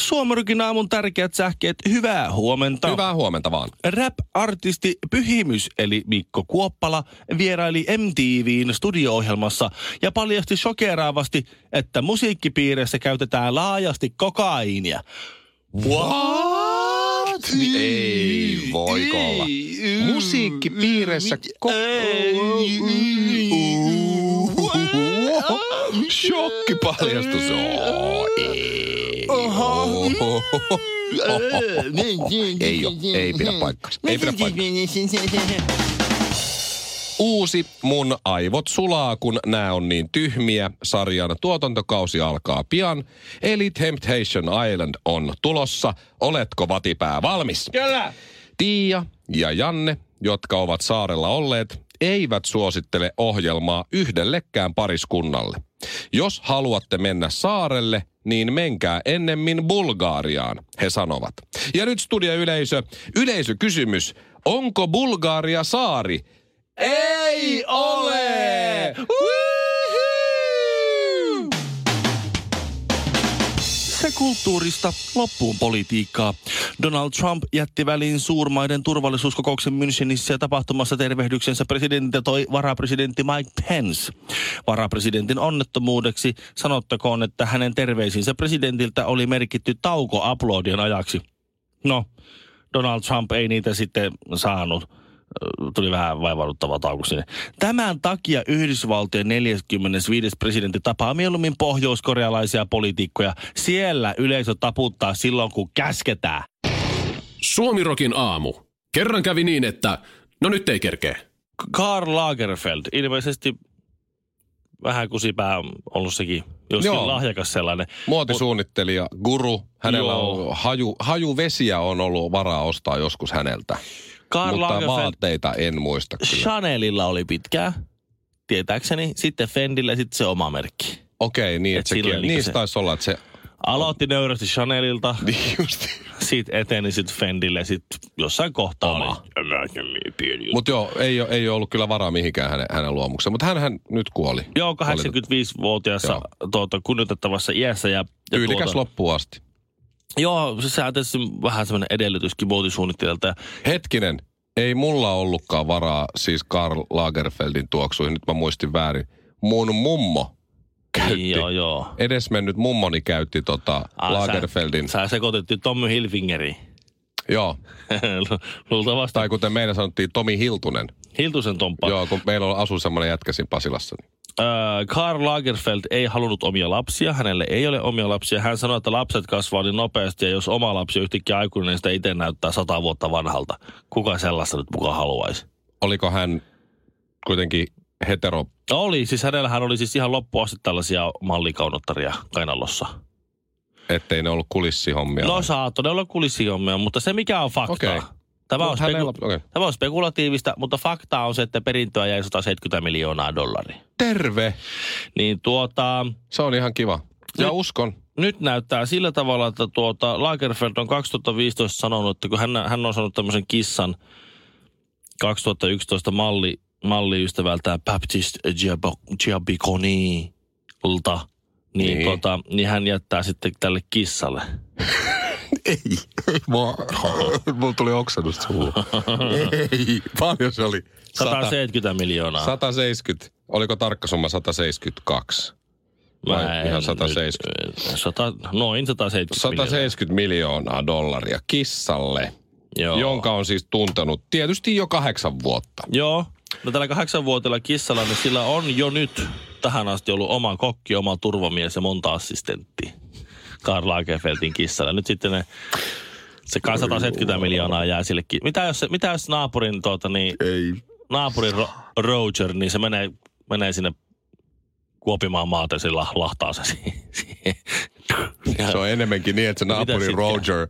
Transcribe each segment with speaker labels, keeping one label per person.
Speaker 1: Suomarykin aamun tärkeät sähkeet, hyvää huomenta.
Speaker 2: Hyvää huomenta vaan.
Speaker 1: Rap-artisti Pyhimys eli Mikko Kuoppala vieraili MTVn studio-ohjelmassa ja paljasti shokeraavasti, että musiikkipiireissä käytetään laajasti kokaiinia. What?
Speaker 2: Niin ei voiko olla. Musiikkipiireissä ko- Shokkipaljastus. Oo, ei. Oho. Ei oo, ei pidä paikkaansa. Ei pidä paikkaansa. Uusi Mun aivot sulaa, kun nämä on niin tyhmiä. Sarjan tuotantokausi alkaa pian. Eli Temptation Island on tulossa. Oletko vatipää valmis?
Speaker 1: Kyllä.
Speaker 2: Tiia ja Janne, jotka ovat saarella olleet, eivät suosittele ohjelmaa yhdellekään pariskunnalle. Jos haluatte mennä saarelle, niin menkää ennemmin Bulgaariaan, he sanovat. Ja nyt studioyleisö, yleisökysymys. Onko Bulgaaria saari? Ei ole! Woohoo!
Speaker 1: Se kulttuurista loppuun politiikkaa. Donald Trump jätti väliin suurmaiden turvallisuuskokouksen Münchenissä ja tapahtumassa tervehdyksensä presidentti toi varapresidentti Mike Pence. Varapresidentin onnettomuudeksi sanottakoon, että hänen terveisinsä presidentiltä oli merkitty tauko aplodien ajaksi. No, Donald Trump ei niitä sitten saanut. Ö, Tuli vähän vaivauduttava tauko sinne. Tämän takia Yhdysvaltojen 45. presidentti tapaa mieluummin pohjoiskorealaisia poliitikkoja. Siellä yleisö taputtaa silloin, kun käsketään.
Speaker 3: Suomirokin aamu. Kerran kävi niin, että no nyt ei kerkeä.
Speaker 1: Karl Lagerfeld, ilmeisesti vähän kusipää on ollut sekin, joskin
Speaker 2: Joo.
Speaker 1: lahjakas sellainen.
Speaker 2: Muotisuunnittelija, guru, hänellä
Speaker 1: Joo.
Speaker 2: on haju, hajuvesiä on ollut varaa ostaa joskus häneltä.
Speaker 1: Karl
Speaker 2: Mutta
Speaker 1: Lagerfeld
Speaker 2: vaatteita en muista kyllä.
Speaker 1: Chanelilla oli pitkään, tietääkseni, sitten Fendillä ja sitten se oma merkki.
Speaker 2: Okei, niin,
Speaker 1: Et
Speaker 2: että sekin,
Speaker 1: silloin niinku
Speaker 2: niistä
Speaker 1: se-
Speaker 2: taisi olla, että se...
Speaker 1: Aloitti nöyrästi Chanelilta,
Speaker 2: Niin just.
Speaker 1: sitten eteni sitten Fendille ja sitten jossain kohtaa
Speaker 2: Oma.
Speaker 1: oli jollakin niin pieni juttu.
Speaker 2: Mutta joo, ei, oo- ei oo ollut kyllä varaa mihinkään hänen, hänen luomukseen. Mutta hän nyt kuoli.
Speaker 1: Joo, 85-vuoteessa tuota, kunnioitettavassa iässä. Ja, ja
Speaker 2: Tyylikäs loppuun asti.
Speaker 1: Joo, se sehän tietysti vähän semmoinen edellytyskin muotisuunnittelijalta. Ja
Speaker 2: Hetkinen, ei mulla ollutkaan varaa siis Karl Lagerfeldin tuoksuihin. Nyt mä muistin väärin. Mun mummo käytti,
Speaker 1: Joo,
Speaker 2: joo.
Speaker 1: joo.
Speaker 2: edesmennyt mummoni käytti tota
Speaker 1: Ah,
Speaker 2: Lagerfeldin.
Speaker 1: Sä, sä sekoitettiin Tommy Hilfingeriin.
Speaker 2: Joo,
Speaker 1: Lu- Luultavasti.
Speaker 2: tai kuten meillä sanottiin Tomi Hiltunen.
Speaker 1: Hiltusen tomppa.
Speaker 2: Joo, kun meillä on- asui semmoinen jätkä siinä Pasilassa. niin-
Speaker 1: Öö, Karl Lagerfeld ei halunnut omia lapsia. Hänelle ei ole omia lapsia. Hän sanoi, että lapset kasvaa niin nopeasti ja jos oma lapsi on yhtäkkiä aikuinen, niin sitä itse näyttää sata vuotta vanhalta. Kuka sellaista nyt mukaan haluaisi?
Speaker 2: Oliko hän kuitenkin hetero?
Speaker 1: Oli, siis hänellähän oli siis ihan loppuun asti tällaisia mallikaunottaria kainalossa.
Speaker 2: ettei ne ollut kulissihommia.
Speaker 1: No saatto, ne olla kulissijommia, mutta se mikä on fakta.
Speaker 2: Okei.
Speaker 1: Tämä, on
Speaker 2: Mut hänellä-
Speaker 1: speku-
Speaker 2: okei.
Speaker 1: Tämä on spekulatiivista, mutta fakta on se, että perintöä jäi 170 miljoonaa dollaria.
Speaker 2: Terve!
Speaker 1: Niin tuota,
Speaker 2: Se on ihan kiva. Ja uskon.
Speaker 1: nyt näyttää sillä tavalla, että tuota Lagerfeld on 2015 sanonut, että kun hän, hän on saanut tämmöisen kissan 2011 malli, malliystävältään Baptist Giabo- Giabiconilta, niin,
Speaker 2: Niin.
Speaker 1: niin. Tota, niin hän jättää sitten tälle kissalle.
Speaker 2: Ei. Mua, mulla tuli oksennus suuhun. Ei. Paljon se oli?
Speaker 1: 170 miljoonaa.
Speaker 2: 170. Oliko tarkka summa 172? vai
Speaker 1: en
Speaker 2: ihan
Speaker 1: nyt-
Speaker 2: 170?
Speaker 1: Sata, noin 170.
Speaker 2: 170 miljoonaa dollaria kissalle,
Speaker 1: miljoonaa.
Speaker 2: Joo.
Speaker 1: Joo.
Speaker 2: jonka on siis tuntenut tietysti jo kahdeksan vuotta.
Speaker 1: Joo. No tällä kahdeksanvuotiaalla kissalla, niin sillä on jo nyt tähän asti ollut oma kokki, oma turvamies ja monta assistenttia. Karl Lagerfeldin kissalla. Nyt sitten ne, se kai 170 miljoonaa jää sillekin. Mitä jos, se- mitä jos naapurin, tuota, niin,
Speaker 2: Ei.
Speaker 1: naapurin Ro- Roger, niin se menee, menee sinne kuopimaan maata ja se lah- lahtaa se siihen.
Speaker 2: Se on enemmänkin niin, että se naapuri
Speaker 1: sitten?
Speaker 2: Roger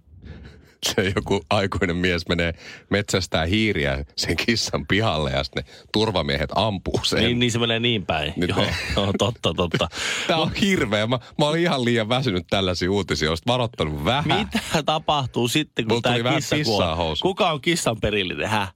Speaker 2: se joku aikuinen mies menee metsästää hiiriä sen kissan pihalle ja sitten ne turvamiehet ampuu sen.
Speaker 1: Niin, niin se menee niin päin.
Speaker 2: Nyt
Speaker 1: Joo,
Speaker 2: ne-
Speaker 1: joo, totta, totta.
Speaker 2: Tämä on hirveä. Mä, mä olin ihan liian väsynyt tällaisia uutisia. Olisit varoittanut vähän.
Speaker 1: Mitä tapahtuu sitten, kun
Speaker 2: Mulla tuli
Speaker 1: tämä
Speaker 2: vähän
Speaker 1: kissa
Speaker 2: pissaa
Speaker 1: kuolee?
Speaker 2: housuun.
Speaker 1: Kuka on kissan perillinen? Häh?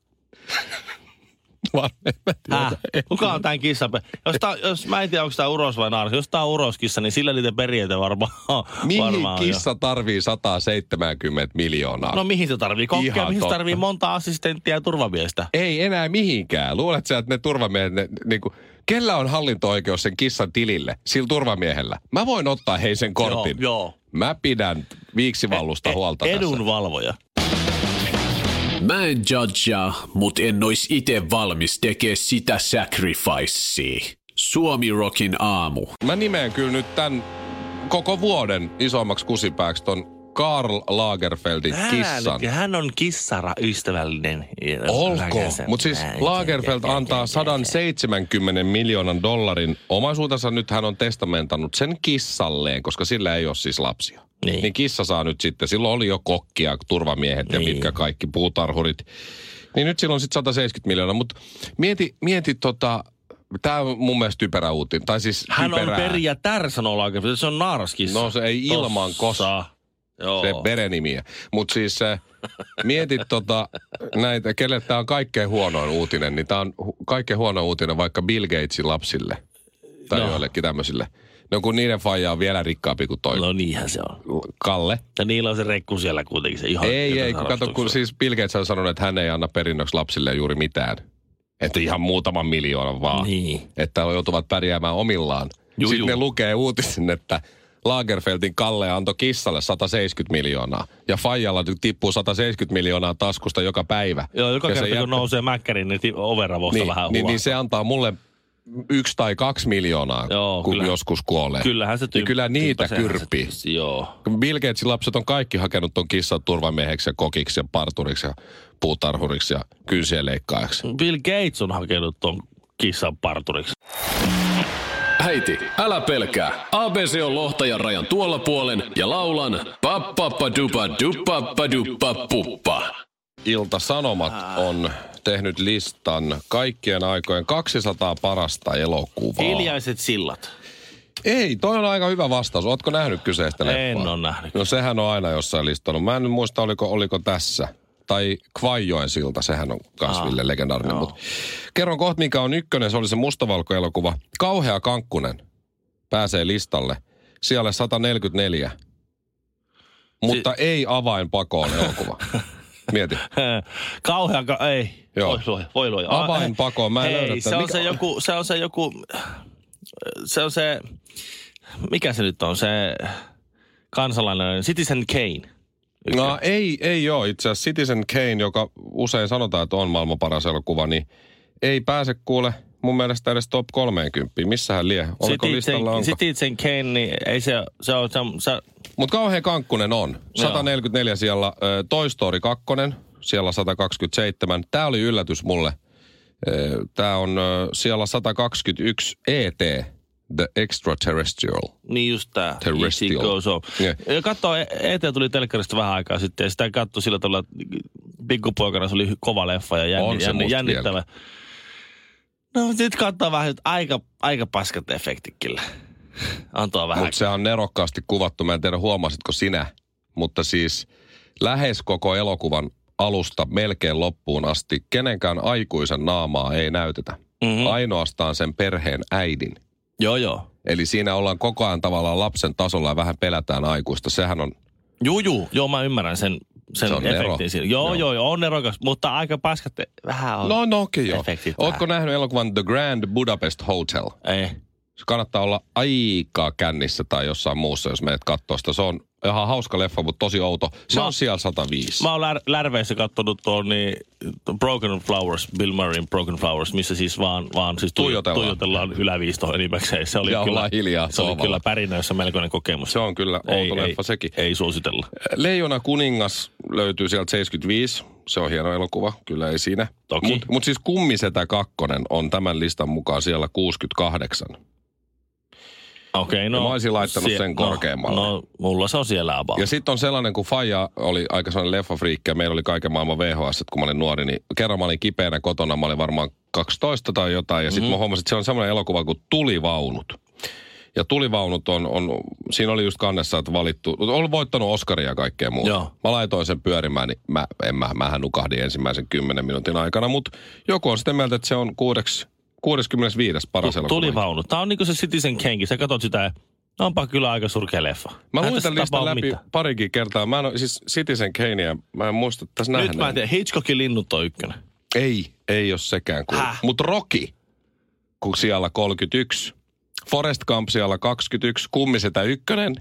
Speaker 2: Vaan en mä tiedä.
Speaker 1: Häh? Äh, Kuka on tämän kissan per... jos, tää, jos mä en tiedä, onko tämä uros vai naaras. Jos tämä on uroskissa, niin sillä niitä perijöitä varmaan on.
Speaker 2: Mihin
Speaker 1: varmaan on jo.
Speaker 2: kissa tarvii 170 miljoonaa?
Speaker 1: No mihin se tarvii? Kokkia,
Speaker 2: Ihan
Speaker 1: mihin se
Speaker 2: totta.
Speaker 1: tarvii monta assistenttia ja turvamiestä?
Speaker 2: Ei enää mihinkään. Luulet sä, että ne turvamiehet, ne, niinku, kellä on hallinto-oikeus sen kissan tilille, sillä turvamiehellä? Mä voin ottaa hei sen kortin.
Speaker 1: Joo, joo.
Speaker 2: Mä pidän viiksivallusta huolta
Speaker 1: E-
Speaker 2: tässä.
Speaker 1: Edunvalvoja.
Speaker 3: Mä en judgea, mut en ois ite valmis tekee sitä sacrificea. Suomi Rockin aamu.
Speaker 2: Mä nimeän kyllä nyt tämän koko vuoden isommaksi kusipääksi ton Karl Lagerfeldin
Speaker 1: Älä
Speaker 2: kissan.
Speaker 1: nyt, Hän on kissara ystävällinen.
Speaker 2: Olko? Mutta siis Lagerfeld antaa 170 miljoonan dollarin omaisuutensa. Nyt hän on testamentannut sen kissalleen, koska sillä ei ole siis lapsia.
Speaker 1: Niin.
Speaker 2: niin kissa saa nyt sitten. Silloin oli jo kokkia, turvamiehet ja
Speaker 1: Niin.
Speaker 2: mitkä kaikki puutarhurit. Niin nyt silloin sitten 170 miljoonaa. Mutta mieti, mieti tota, tämä on mun mielestä typerä uutinen. Tai siis
Speaker 1: Hän on
Speaker 2: typerää.
Speaker 1: perijätär, sanoo Lagerfeld. Se on naaraskissa.
Speaker 2: No se ei ilman kossa.
Speaker 1: Joo.
Speaker 2: Se verenimiä. Mutta siis äh, mietit tota, näitä, kelle tämä on kaikkein huonoin uutinen, niin tämä on hu- kaikkein huono uutinen vaikka Bill Gatesin lapsille tai
Speaker 1: No.
Speaker 2: no. joillekin tämmöisille. No kun niiden faija on vielä rikkaampi kuin toi
Speaker 1: No niinhän se on.
Speaker 2: Kalle.
Speaker 1: Ja niillä on se rekku siellä kuitenkin. Se ihan
Speaker 2: Ei, ei, kun kato, kun siis Bill Gates on sanonut, että hän ei anna perinnöksi lapsille juuri mitään. Että ihan muutaman miljoonan vaan.
Speaker 1: Niin.
Speaker 2: Että he joutuvat pärjäämään omillaan.
Speaker 1: Juu,
Speaker 2: Juu, Sitten
Speaker 1: juu.
Speaker 2: ne lukee uutisen, että Lagerfeldin Kalle antoi kissalle 170 miljoonaa. Ja Fajalla nyt tippuu 170 miljoonaa taskusta joka päivä.
Speaker 1: Joo, joka
Speaker 2: ja se
Speaker 1: kerta kun
Speaker 2: jättä-
Speaker 1: nousee mäkkäriin, niin ti- overavosta
Speaker 2: niin,
Speaker 1: vähän
Speaker 2: niin,
Speaker 1: huomaa.
Speaker 2: niin, se antaa mulle yksi tai kaksi miljoonaa,
Speaker 1: Joo,
Speaker 2: kun
Speaker 1: kyllä.
Speaker 2: joskus kuolee.
Speaker 1: Kyllähän se
Speaker 2: Niin
Speaker 1: tymp-
Speaker 2: kyllä niitä
Speaker 1: tympäseehän se
Speaker 2: kyrpii.
Speaker 1: tietysti, Joo.
Speaker 2: Bill Gatesin lapset on kaikki hakenut ton kissan turvamieheksi ja kokiksi ja parturiksi ja puutarhuriksi ja kynsien leikkaajaksi.
Speaker 1: Bill Gates on hakenut ton kissan parturiksi.
Speaker 3: Äiti, älä pelkää. ABC on lohtajan rajan tuolla puolen ja laulan pappappadupa dupapaduppa puppa.
Speaker 2: Ilta-Sanomat on tehnyt listan kaikkien aikojen 200 parasta elokuvaa.
Speaker 1: Hiljaiset sillat.
Speaker 2: Ei, toi on aika hyvä vastaus. Ootko nähnyt kyseistä
Speaker 1: En
Speaker 2: leffaa?
Speaker 1: ole nähnyt.
Speaker 2: No sehän on aina jossain listalla. Mä en nyt muista, oliko, oliko tässä. Tai Kvaijoen silta, sehän on kans
Speaker 1: Ah,
Speaker 2: Ville legendaarinen. Mut kerron kohta, mikä on ykkönen. Se oli se mustavalkoelokuva. Kauhea Kankkunen pääsee listalle. Siellä 144. Mutta ei avainpakoon elokuva. Mieti.
Speaker 1: Kauhean, ka- ei.
Speaker 2: Joo.
Speaker 1: Voi luoja, voi luoja. Ah,
Speaker 2: Avainpakoon, mä en löydä
Speaker 1: Hei,
Speaker 2: tätä.
Speaker 1: se on
Speaker 2: Mikä-
Speaker 1: se joku, se on se joku, se on se, mikä se nyt on, se kansalainen, Citizen Kane.
Speaker 2: No ei, ei ole. Itse asiassa Citizen Kane, joka usein sanotaan, että on maailman paras elokuva, niin ei pääse kuule mun mielestä edes top 30. Missähän lie? Oliko
Speaker 1: Citizen,
Speaker 2: listalla onko?
Speaker 1: Citizen Kane, niin ei se, se on, se, on- se,
Speaker 2: Mutta kauhean kankkunen on. 144 siellä, äh, Toy Story 2, siellä 127. Tämä oli yllätys mulle. Tämä on äh, siellä 121 ET, The Extraterrestrial.
Speaker 1: Niin just tää.
Speaker 2: Terrestrial.
Speaker 1: Easy Goes On.
Speaker 2: Joo.
Speaker 1: Ja katso, E- ET tuli telkkarista vähän aikaa sitten ja sitä katsoi sillä tavalla, että pikkupoikana se oli hy- kova leffa ja
Speaker 2: On
Speaker 1: jänni,
Speaker 2: se
Speaker 1: jänni,
Speaker 2: musta
Speaker 1: jännittävä. No nyt katsoo vähän, että aika, aika paskat efektit kyllä. Antaa vähän.
Speaker 2: Mutta se on nerokkaasti kuvattu. Mä en tiedä, huomasitko sinä, mutta siis lähes koko elokuvan alusta melkein loppuun asti kenenkään aikuisen naamaa ei näytetä.
Speaker 1: Mhm.
Speaker 2: Mm-hmm. Ainoastaan sen perheen äidin.
Speaker 1: Joo, joo.
Speaker 2: Eli siinä ollaan koko ajan tavallaan lapsen tasolla ja vähän pelätään aikuista. Sehän on,
Speaker 1: Juu, juu. Joo, mä ymmärrän sen, sen
Speaker 2: Se on
Speaker 1: efektin
Speaker 2: nero.
Speaker 1: siinä. Joo, joo,
Speaker 2: Joo.
Speaker 1: joo, on erokas, mutta aika paskat e- vähän on.
Speaker 2: no no okei joo.
Speaker 1: efektit
Speaker 2: Ootko nähnyt elokuvan The Grand Budapest Hotel?
Speaker 1: Ei.
Speaker 2: Se kannattaa olla aika kännissä tai jossain muussa, jos menet katsoa sitä. Se on ihan hauska leffa, mutta tosi outo. Se
Speaker 1: Mä-
Speaker 2: on siellä 105.
Speaker 1: Mä oon lär- Lärveissä kattonut tuon niin, Broken Flowers, Bill Murrayn Broken Flowers, missä siis vaan, vaan siis tuij-
Speaker 2: Tuijotellaan.
Speaker 1: tuijotellaan yläviistoon enimmäkseen. Se oli
Speaker 2: Ja
Speaker 1: kyllä,
Speaker 2: ollaan hiljaa
Speaker 1: se oli
Speaker 2: sohvalla.
Speaker 1: kyllä pärinöissä melkoinen kokemus.
Speaker 2: Se on kyllä outo
Speaker 1: ei,
Speaker 2: leffa
Speaker 1: ei,
Speaker 2: sekin.
Speaker 1: Ei suositella.
Speaker 2: Leijona kuningas löytyy sieltä 75. Se on hieno elokuva, kyllä ei siinä.
Speaker 1: Toki.
Speaker 2: Mutta mut siis Kummisetä kakkonen on tämän listan mukaan siellä 68.
Speaker 1: Okei, no.
Speaker 2: Ja mä olisin laittanut sen
Speaker 1: no,
Speaker 2: korkeammalle.
Speaker 1: No, mulla se on siellä about.
Speaker 2: Ja sitten on sellainen, kun Faija oli aika sellainen leffafriikki ja meillä oli kaiken maailman VHS, kun mä olin nuori, niin kerran mä olin kipeänä kotona, mä olin varmaan 12 tai jotain, ja sitten
Speaker 1: Mhm.
Speaker 2: mm-hmm. mä huomasin, että se on sellainen elokuva kuin Tulivaunut. Ja Tulivaunut on, on, siinä oli just kannessa, että valittu, on voittanut Oscaria ja kaikkea muuta.
Speaker 1: Joo.
Speaker 2: Mä laitoin sen pyörimään, niin mä, en mä, mähän nukahdin ensimmäisen 10 minuutin aikana, mutta joku on sitä mieltä, että se on kuudeksi, 65. paras
Speaker 1: Tu-
Speaker 2: elokuva.
Speaker 1: Tuli vaunu. Tää on niinku se Citizen Kenki. Sä katot sitä ja no onpa kyllä aika surkea leffa.
Speaker 2: Mä
Speaker 1: Eihän
Speaker 2: luin
Speaker 1: tässä
Speaker 2: tämän listan
Speaker 1: tapahdu
Speaker 2: läpi
Speaker 1: mitään.
Speaker 2: parikin kertaa. Mä en ole, siis Citizen Kaneä, mä en muista tässä
Speaker 1: Nyt mä en
Speaker 2: nähneen.
Speaker 1: tiedä. Hitchcockin linnut on ykkönen.
Speaker 2: Ei, ei ole sekään kuin.
Speaker 1: Häh?
Speaker 2: Mutta Rocky, kun siellä 31. Forest Gump siellä 21. Kummisetä ykkönen,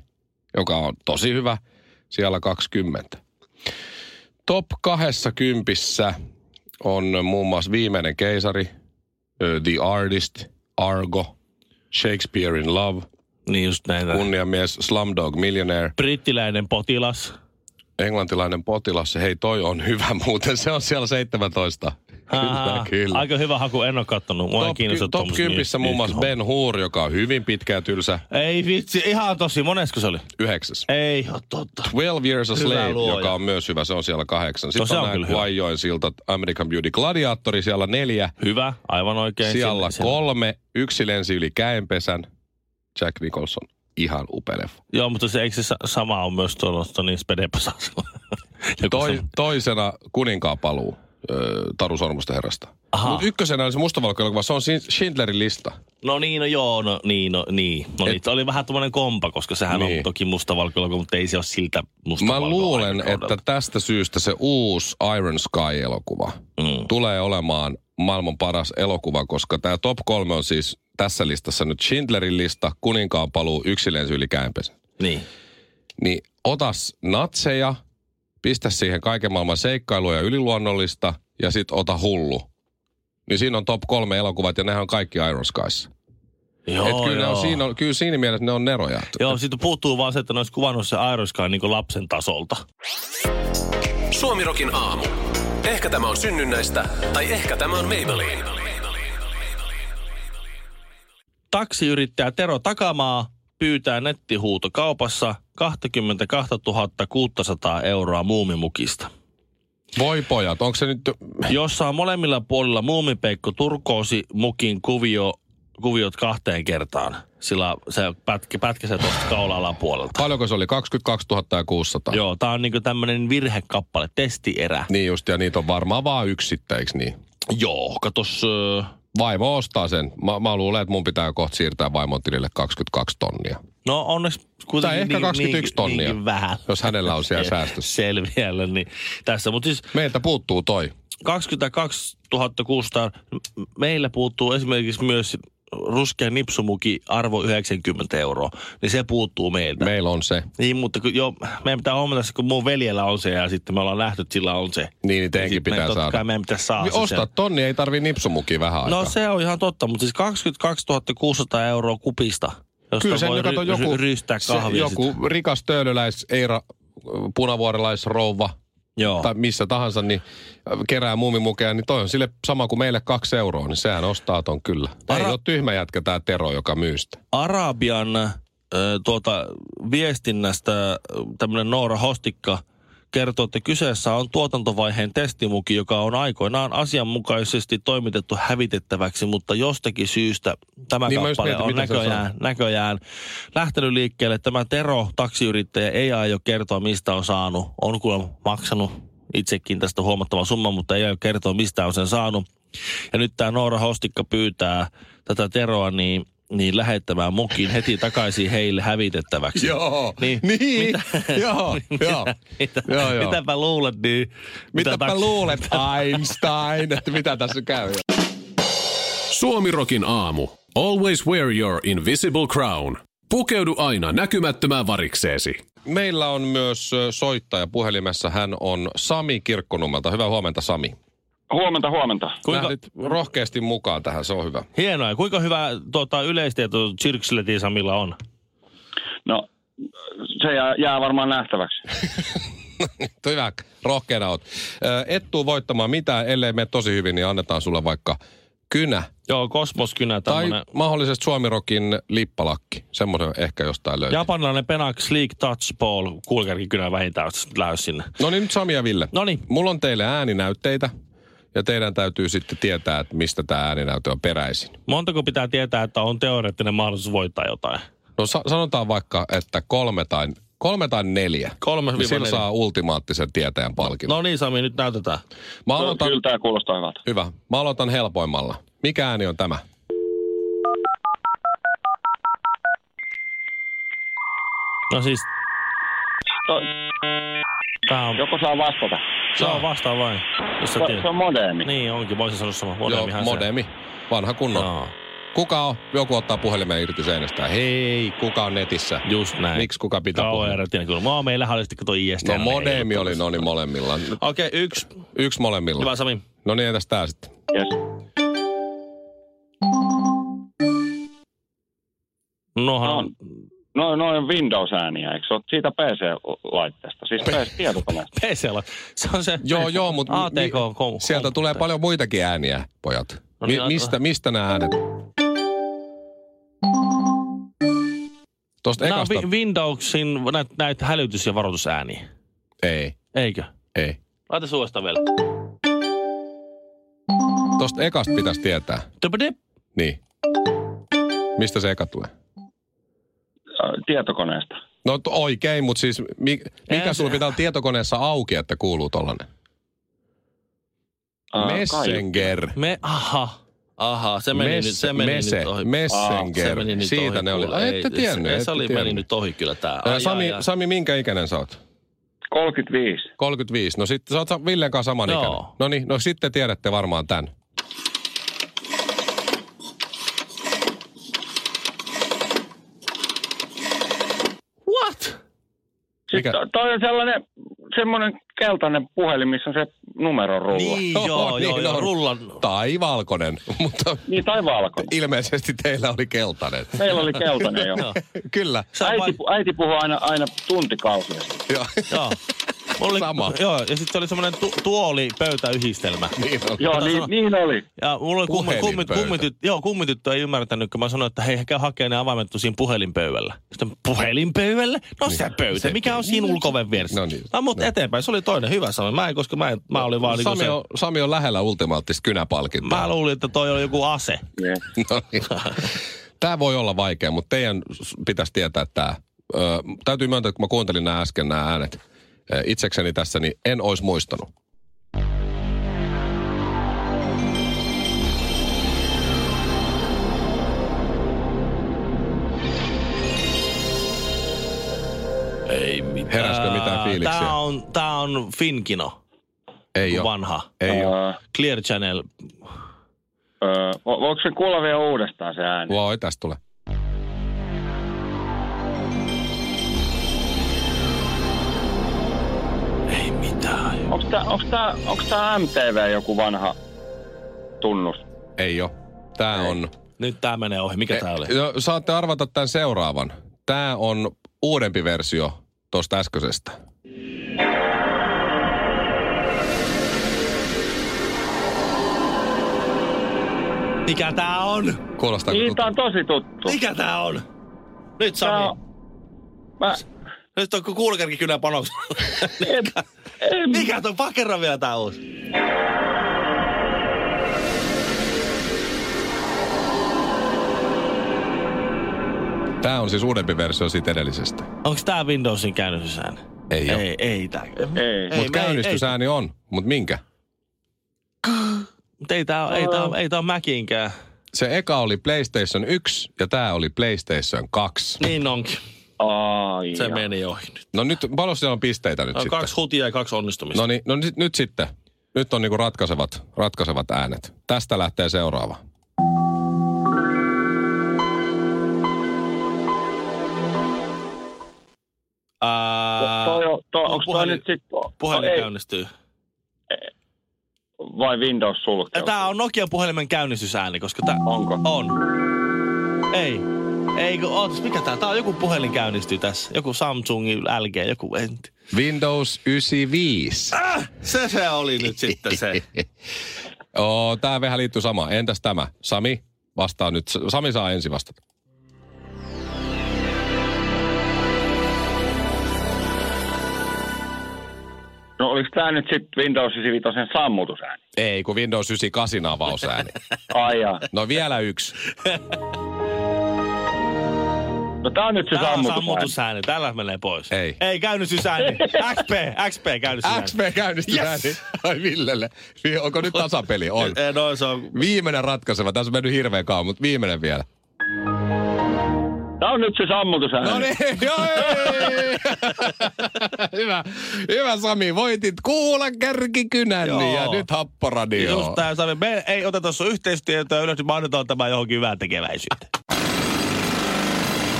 Speaker 2: joka on tosi hyvä, siellä 20. Top 20 on muun muassa Viimeinen keisari, ö, The Artist, Argo, Shakespeare in Love,
Speaker 1: Niin just näin. Kun...
Speaker 2: Kunniamies, Slumdog Millionaire,
Speaker 1: Brittiläinen potilas.
Speaker 2: englantilainen potilas, hei toi on hyvä muuten, se on siellä 17. Kyllä,
Speaker 1: Ahaa.
Speaker 2: kyllä.
Speaker 1: Aika hyvä haku, en oo kattonut. Mua ei
Speaker 2: Top,
Speaker 1: kiinnosta
Speaker 2: ky- top
Speaker 1: tommoset
Speaker 2: 10
Speaker 1: niistä-
Speaker 2: muun muassa
Speaker 1: niistä
Speaker 2: Ben Hur, joka on hyvin pitkä ja tylsä,
Speaker 1: hommia. Ei vitsi, ihan tosi. Monesko se oli?
Speaker 2: yhdeksäs.
Speaker 1: Ei oo totta.
Speaker 2: 12 Years a
Speaker 1: Hyvä
Speaker 2: Slave,
Speaker 1: luoja.
Speaker 2: joka on myös hyvä, se on siellä kahdeksan.
Speaker 1: se
Speaker 2: Sitten
Speaker 1: on
Speaker 2: on, on
Speaker 1: kyllä
Speaker 2: nämä
Speaker 1: hyvä.
Speaker 2: Quaijoen siltat, American Beauty Gladiatori siellä neljä,
Speaker 1: Hyvä, aivan oikein.
Speaker 2: siellä
Speaker 1: Sinne-
Speaker 2: kolme, yksi lensi yli käenpesän, Jack Nicholson, ihan upea leffa.
Speaker 1: sinne- Joo, mutta se, eikö se sa- sama on myös tuolla niin Toni Spedepasasilla?
Speaker 2: Toi, toisena kuninkaan paluu. ö, Taru Sormusten herrasta.
Speaker 1: Aha.
Speaker 2: Mutta ykkösenä oli se mustavalkoelokuva, se on Sin- Schindlerin lista.
Speaker 1: No niin, no joo, no niin, no niin. No
Speaker 2: Et-
Speaker 1: niin, oli vähän tuommoinen kompa, koska sehän
Speaker 2: Niin.
Speaker 1: on toki mustavalkoelokuva, mutta ei se ole siltä
Speaker 2: Mä
Speaker 1: mustavalkoa
Speaker 2: luulen,
Speaker 1: aikakaudelta.
Speaker 2: että tästä syystä se uusi Iron Sky-elokuva
Speaker 1: Mm.
Speaker 2: tulee olemaan maailman paras elokuva, koska tämä top kolme on siis tässä listassa nyt Schindlerin lista, Kuninkaan paluu, Yksilensä yli käänpesen.
Speaker 1: Niin.
Speaker 2: Niin otas natseja, pistä siihen kaiken maailman seikkailua ja yliluonnollista ja sit ota hullu. Niin siinä on top kolme elokuvat ja nehän on kaikki Iron Skyssa.
Speaker 1: Joo,
Speaker 2: Et kyllä, ne
Speaker 1: No joo.
Speaker 2: on, siinä on, kyllä siinä mielessä ne on neroja.
Speaker 1: Joo, siitä puuttuu vaan se, että ne olisi kuvannut se Iron Sky niin kuin lapsen tasolta.
Speaker 3: Suomirokin aamu. Ehkä tämä on synnynnäistä, tai ehkä tämä on Maybelline.
Speaker 1: Taksiyrittäjä Tero Takamaa pyytää nettihuutokaupassa 22 600 euroa muumimukista.
Speaker 2: Voi pojat, onko se nyt...
Speaker 1: jossa on molemmilla puolilla muumipeikko turkoosi mukin kuvio, kuviot kahteen kertaan. Sillä se pätkä, pätkä se tuosta kaula puolelta.
Speaker 2: Paljonko se oli? 22 600.
Speaker 1: Joo, tää on niinku tämmönen virhekappale, testierä.
Speaker 2: Niin just, ja niitä on varmaan vaan yksi sitten, eikö niin?
Speaker 1: Joo, katos, ö,
Speaker 2: Vaimo ostaa sen. Mä, mä luulen, että mun pitää kohta siirtää vaimon tilille 22 tonnia.
Speaker 1: no onneksi kuitenkin...
Speaker 2: Tai ehkä
Speaker 1: niin-
Speaker 2: 21 tonnia,
Speaker 1: Niinkin vähän.
Speaker 2: jos hänellä on siellä säästössä.
Speaker 1: Selviällä, niin tässä. Mutta siis
Speaker 2: Meiltä puuttuu toi.
Speaker 1: 22 600, meillä puuttuu esimerkiksi myös ruskea nipsumuki arvo 90 euroa, niin se puuttuu meiltä.
Speaker 2: Meillä on se.
Speaker 1: Niin, mutta kun, joo, meidän pitää huomata se, kun mun veljellä on se ja sitten me ollaan nähty, että sillä on se.
Speaker 2: Niin, niin
Speaker 1: Ja
Speaker 2: teenkin
Speaker 1: sit meidän
Speaker 2: pitää
Speaker 1: totta
Speaker 2: saada.
Speaker 1: Kai meidän pitää saada
Speaker 2: Niin
Speaker 1: se
Speaker 2: Osta
Speaker 1: sieltä.
Speaker 2: tonni, ei tarvii nipsumukia vähän aikaa.
Speaker 1: No se on ihan totta, mutta siis 22 600 euroa kupista, josta
Speaker 2: Kyllä sen
Speaker 1: voi
Speaker 2: nyt kato
Speaker 1: ry-
Speaker 2: joku,
Speaker 1: ry- rystää kahvia.
Speaker 2: joku
Speaker 1: sit.
Speaker 2: rikas töölöläis, Eira, punavuorelaisrouva
Speaker 1: Joo.
Speaker 2: tai missä tahansa, niin äh, kerää muumimukea, niin toi on sille sama kuin meille kaksi euroa, niin sehän ostaa ton kyllä. Ei
Speaker 1: Ara-
Speaker 2: ole tyhmä jätkä tää Tero, joka myy sitä.
Speaker 1: Arabian äh, tuota, viestinnästä tämmöinen Noora Hostikka kertoo, että kyseessä on tuotantovaiheen testimuki, joka on aikoinaan asianmukaisesti toimitettu hävitettäväksi, mutta jostakin syystä tämä
Speaker 2: Niin
Speaker 1: niin
Speaker 2: mä just
Speaker 1: kappale
Speaker 2: mietin,
Speaker 1: on
Speaker 2: mitä se on.
Speaker 1: näköjään, näköjään lähtenyt liikkeelle. Tämä Tero, taksiyrittäjä, ei aio kertoa, mistä on saanut. On kuulemma maksanut itsekin tästä huomattava summa, mutta ei aio kertoa, mistä on sen saanut. Ja nyt tämä Noora Hostikka pyytää tätä Teroa niin, niin lähettämään mukin heti takaisin heille hävitettäväksi.
Speaker 2: Joo.
Speaker 1: Niin.
Speaker 2: niin. Joo. Joo.
Speaker 1: Mitä,
Speaker 2: Joo, joo.
Speaker 1: Mitäpä luulet niin? mitä
Speaker 2: Mitäpä
Speaker 1: taks-
Speaker 2: luulet, Einstein, että mitä tässä käy?
Speaker 3: Suomirokin aamu. Always wear your invisible crown. Pukeudu aina näkymättömään varikseesi.
Speaker 2: Meillä on myös ö, soittaja puhelimessa. Hän on Sami Kirkkonummelta. Hyvää huomenta, Sami.
Speaker 4: Huomenta, huomenta.
Speaker 2: Kuinka?
Speaker 1: Kuinka-
Speaker 2: Lähdit rohkeasti mukaan tähän, se on hyvä.
Speaker 1: Hienoa. Kuinka hyvä tuota, yleistieto Chirksletin Samilla on?
Speaker 4: No, se jää, jää varmaan nähtäväksi.
Speaker 2: Hyvä, rohkeana oot. Ö, Et tuu voittamaan mitään, ellei mene tosi hyvin, niin annetaan sulle vaikka kynä
Speaker 1: Joo, kosmoskynä
Speaker 2: tai
Speaker 1: tämmönen.
Speaker 2: mahdollisesti Suomirokin lippalakki. Semmoisen ehkä jostain löytyy.
Speaker 1: Japanilainen Penak Sleek Touch Ball, kuulkärkikynä vähintään, jos lähes sinne.
Speaker 2: No niin, nyt Sami ja Ville.
Speaker 1: Noniin.
Speaker 2: Mulla on teille ääninäytteitä ja teidän täytyy sitten tietää, että mistä tämä ääninäyte on peräisin.
Speaker 1: Montako pitää tietää, että on teoreettinen mahdollisuus voittaa jotain?
Speaker 2: No sa- sanotaan vaikka, että kolme tai, kolme tai neljä.
Speaker 1: Kolme
Speaker 2: niin
Speaker 1: viiva
Speaker 2: sillä
Speaker 1: neljä.
Speaker 2: saa ultimaattisen tietäjän palkinnon.
Speaker 1: No niin, Sami, nyt näytetään.
Speaker 2: Mä
Speaker 4: Kyllä,
Speaker 2: aloitan,
Speaker 4: kyllä tämä kuulostaa hyvältä.
Speaker 2: hyvä. Mä aloitan helpoimmalla. Mikä ääni on tämä?
Speaker 1: No siis,
Speaker 4: To,
Speaker 1: tää on,
Speaker 4: joko saa vastata?
Speaker 1: se on vastaan vain, jos sä
Speaker 4: Se,
Speaker 1: tiedät.
Speaker 4: se on moderni. Niin.
Speaker 1: Niin onkin, voisin sanoa sama.
Speaker 2: Joo, No.
Speaker 1: Modemihan
Speaker 2: modemi. Vanha
Speaker 1: se.
Speaker 2: kunnon.
Speaker 1: Joo,
Speaker 2: Kuka on? Joku ottaa puhelimen irti seinästä. Hei, kuka on netissä?
Speaker 1: just näin.
Speaker 2: Miksi kuka pitää
Speaker 1: Kauan
Speaker 2: puhelimen?
Speaker 1: eri tiedä, kyllä. Mä meillä oli sitten kato IST.
Speaker 2: No modemi oli noni molemmilla.
Speaker 1: Okei, okay, yksi.
Speaker 2: Yksi
Speaker 1: Hyvä,
Speaker 2: molemmilla.
Speaker 1: Sami.
Speaker 2: No niin, entäs tää sitten?
Speaker 4: Yes.
Speaker 1: Nohan
Speaker 4: No,
Speaker 1: on.
Speaker 4: no, no on Windows-ääniä, eikö se ole siitä PC-laitteesta? Siis PC-tietokoneesta.
Speaker 1: PCllä. Se on se
Speaker 2: Joo, joo, mutta
Speaker 1: ATK. kom-
Speaker 2: sieltä tulee
Speaker 1: komputer.
Speaker 2: paljon muitakin ääniä, pojat.
Speaker 1: No niin,
Speaker 2: Mi- mistä, mistä nämä äänet? Tuosta
Speaker 1: Nämä on
Speaker 2: ekasta.
Speaker 1: vi- Windowsin näitä näit hälytys- ja varoitusääniä.
Speaker 2: Ei,
Speaker 1: Eikö?
Speaker 2: ei.
Speaker 1: Laita suosta vielä.
Speaker 2: Tuosta ekasta pitäisi tietää.
Speaker 1: Töpödip.
Speaker 2: Niin. Mistä se eka tulee?
Speaker 4: Ö, Äh, Tietokoneesta.
Speaker 2: No t- oikein, mutta siis mi- mikä
Speaker 1: Eihän
Speaker 2: sulla
Speaker 1: se-
Speaker 2: pitää olla tietokoneessa auki, että kuuluu tollanen?
Speaker 4: Ö, kai-
Speaker 2: Messenger.
Speaker 1: Me, aha. Aha, se meni, nyt, se
Speaker 2: Mes-
Speaker 1: meni
Speaker 2: mese,
Speaker 1: nyt ohi.
Speaker 2: messenger.
Speaker 1: Se meni nyt
Speaker 2: Siitä
Speaker 1: ohi,
Speaker 2: ne oli.
Speaker 1: kuule.
Speaker 2: Ai, ette
Speaker 1: Ei,
Speaker 2: tiennyt.
Speaker 1: Se,
Speaker 2: ette
Speaker 1: se oli, meni
Speaker 2: tiennyt.
Speaker 1: nyt ohi kyllä tää.
Speaker 2: Ää, Sami, Sami, minkä ikäinen sä oot?
Speaker 4: 35.
Speaker 2: 35. No sitten sä oot sa- Villen kanssa saman
Speaker 1: Joo.
Speaker 2: ikäinen. No niin, no sitten tiedätte varmaan tämän.
Speaker 1: What?
Speaker 4: Sitten
Speaker 2: Mikä?
Speaker 4: Siis to- toi on sellainen, semmoinen keltainen puhelin, missä on se numeron rulla. Niin,
Speaker 1: Niin, joo, joo,
Speaker 2: Niin
Speaker 1: joo, joo
Speaker 2: on.
Speaker 1: rullan.
Speaker 2: Tai valkoinen, mutta
Speaker 4: niin tai valkoinen.
Speaker 2: ilmeisesti teillä oli keltainen.
Speaker 4: Meillä oli keltainen jo.
Speaker 2: Kyllä.
Speaker 1: Sä
Speaker 4: Äiti,
Speaker 1: vai-
Speaker 4: pu- äiti puhui aina, aina tuntikausia. siitä.
Speaker 2: Joo.
Speaker 1: Joo. Mulla Oli,
Speaker 2: Sama.
Speaker 1: Joo, ja sitten oli semmoinen tu- tuoli pöytäyhdistelmä.
Speaker 2: Niin on.
Speaker 4: Joo,
Speaker 1: Tota
Speaker 4: niin,
Speaker 1: sano-
Speaker 4: niin oli.
Speaker 1: Ja mulla oli kummi, kummi,
Speaker 2: Puhelinpöytä.
Speaker 1: kummi, tyt, joo, kummi tyttö ei ymmärtänyt, kun mä sanoin, että hei, käy hakemaan ne avaimet on siinä puhelinpöydällä. Sitten puhelinpöydällä? No se pöytä,
Speaker 2: se
Speaker 1: mikä on siinä ulkoven vieressä?
Speaker 2: Niin. No niin.
Speaker 1: No, mutta
Speaker 2: No.
Speaker 1: eteenpäin, se oli toinen hyvä Sami. Mä en, koska mä, en, mä olin vaan niin
Speaker 2: Sami,
Speaker 1: se,
Speaker 2: on, Sami on lähellä ultimaattista kynäpalkintoa.
Speaker 1: Mä luulin, että toi oli joku ase.
Speaker 4: Yes.
Speaker 2: No niin. Tämä voi olla vaikea, mutta teidän s- pitäisi tietää tämä. Ö, täytyy myöntää, kun mä kuuntelin nämä äsken nämä äänet ö, itsekseni tässä, niin en olisi muistanut.
Speaker 1: Ei mitään.
Speaker 2: Heräskö mitään fiiliksiä?
Speaker 1: Tää on, tää on Finkino,
Speaker 2: Ei
Speaker 1: Ei
Speaker 2: ole.
Speaker 1: vanha.
Speaker 2: Ei ole.
Speaker 4: Öö,
Speaker 1: Clear Channel.
Speaker 4: öö, vo- voiko se kuulla vielä uudestaan se ääni?
Speaker 2: Voi, tästä tulee.
Speaker 1: Ei mitään.
Speaker 4: Onko tää, onks tää, onks tää MTV joku vanha tunnus?
Speaker 2: Ei ole. Tämä on...
Speaker 1: Nyt tää menee ohi. Mikä tää oli?
Speaker 2: no, saatte arvata tämän seuraavan. Tämä on uudempi versio tuosta äskeisestä.
Speaker 1: Mikä tää on?
Speaker 2: Kuulostaako
Speaker 4: Niin, tää on
Speaker 2: tutulta?
Speaker 4: tosi tuttu.
Speaker 1: Mikä tää on? Nyt
Speaker 4: Tää
Speaker 1: Sami.
Speaker 4: on... Mä...
Speaker 1: Nyt on kuulkärki kynä panoksella.
Speaker 4: En, en,
Speaker 1: Mikä tuon pakerra vielä tää uusi?
Speaker 2: Tämä on siis uudempi versio siitä edellisestä.
Speaker 1: Onks tää Windowsin käynnistysääni?
Speaker 2: Ei oo.
Speaker 1: Ei, ei tää.
Speaker 4: ei.
Speaker 1: Ei.
Speaker 2: Mutta
Speaker 1: me
Speaker 2: käynnistysääni on. Mutta minkä?
Speaker 1: Mut ei tää, ei tää, ei tää on Mäkiinkään.
Speaker 2: Se eka oli PlayStation 1 ja tämä oli PlayStation 2.
Speaker 1: Niin onkin.
Speaker 4: Ai,
Speaker 1: Se
Speaker 4: jaa.
Speaker 1: meni ohi nyt.
Speaker 2: No nyt, paljon siellä on pisteitä nyt
Speaker 1: No,
Speaker 2: sitten?
Speaker 1: kaksi hutia ja kaksi onnistumista.
Speaker 2: No niin, no nyt, nyt sitten. Nyt on niinku ratkaisevat, ratkaisevat äänet. Tästä lähtee seuraava.
Speaker 1: Ää,
Speaker 4: Toi on- toi- onks toi
Speaker 1: puhelin-
Speaker 4: nyt sit...
Speaker 1: Puhelin
Speaker 4: no, ei,
Speaker 1: käynnistyy.
Speaker 4: Vai Windows
Speaker 1: Ja
Speaker 4: sulkeutuu?
Speaker 1: tää on Nokian puhelimen käynnistysääni, koska tää
Speaker 4: Onko?
Speaker 1: on. Ei. Ei, kun, ootas, mikä tää? Tää on joku puhelin käynnistyy tässä. Joku Samsung, LG, joku... en-
Speaker 2: Windows 95.
Speaker 1: Se se oli nyt sitten se.
Speaker 2: Oo, tää vähän liittyy samaan. Entäs tämä? Sami, vastaa nyt. Sami saa ensin vastata.
Speaker 4: No oliko tämä nyt sitten Windows 95 sammutusääni?
Speaker 2: Ei, kun Windows 98 avausääni.
Speaker 4: Ai jaa.
Speaker 2: No vielä yksi.
Speaker 4: No tää on nyt se
Speaker 1: Täällä on
Speaker 4: sammutusääni.
Speaker 1: sammutusääni. Täällä menee pois.
Speaker 2: Ei.
Speaker 1: Ei siis käynnistysääni. XP, XP käynnistysääni.
Speaker 2: XP käynnistysääni. Yes. Ai Villelle. Vi- Onko nyt tasapeli? On.
Speaker 1: Eh, No se on
Speaker 2: Viimeinen ratkaiseva. Tässä on mennyt hirveän kauan, mutta viimeinen vielä.
Speaker 4: Tää on nyt se sammutusääni.
Speaker 2: No niin, joo, ei. Hyvä. Hyvä Sami, voitit kuulla kärkikynän
Speaker 1: Joo.
Speaker 2: ja nyt happoradio.
Speaker 1: Just tää, Sami. Me ei oteta sun yhteistyötä ylös, niin me annetaan tämä johonkin hyvään tekeväisyyteen.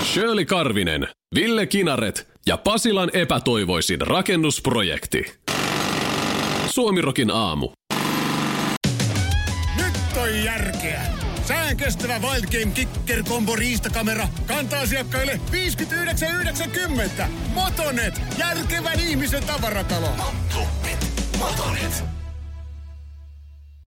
Speaker 3: Shirley Karvinen, Ville Kinaret ja Pasilan epätoivoisin rakennusprojekti. Suomirokin aamu.
Speaker 5: Nyt on järkeä. Sään kestävä Wild Game Kicker Combo riistakamera kantaa asiakkaille 59,90. Motonet, järkevän ihmisen tavaratalo.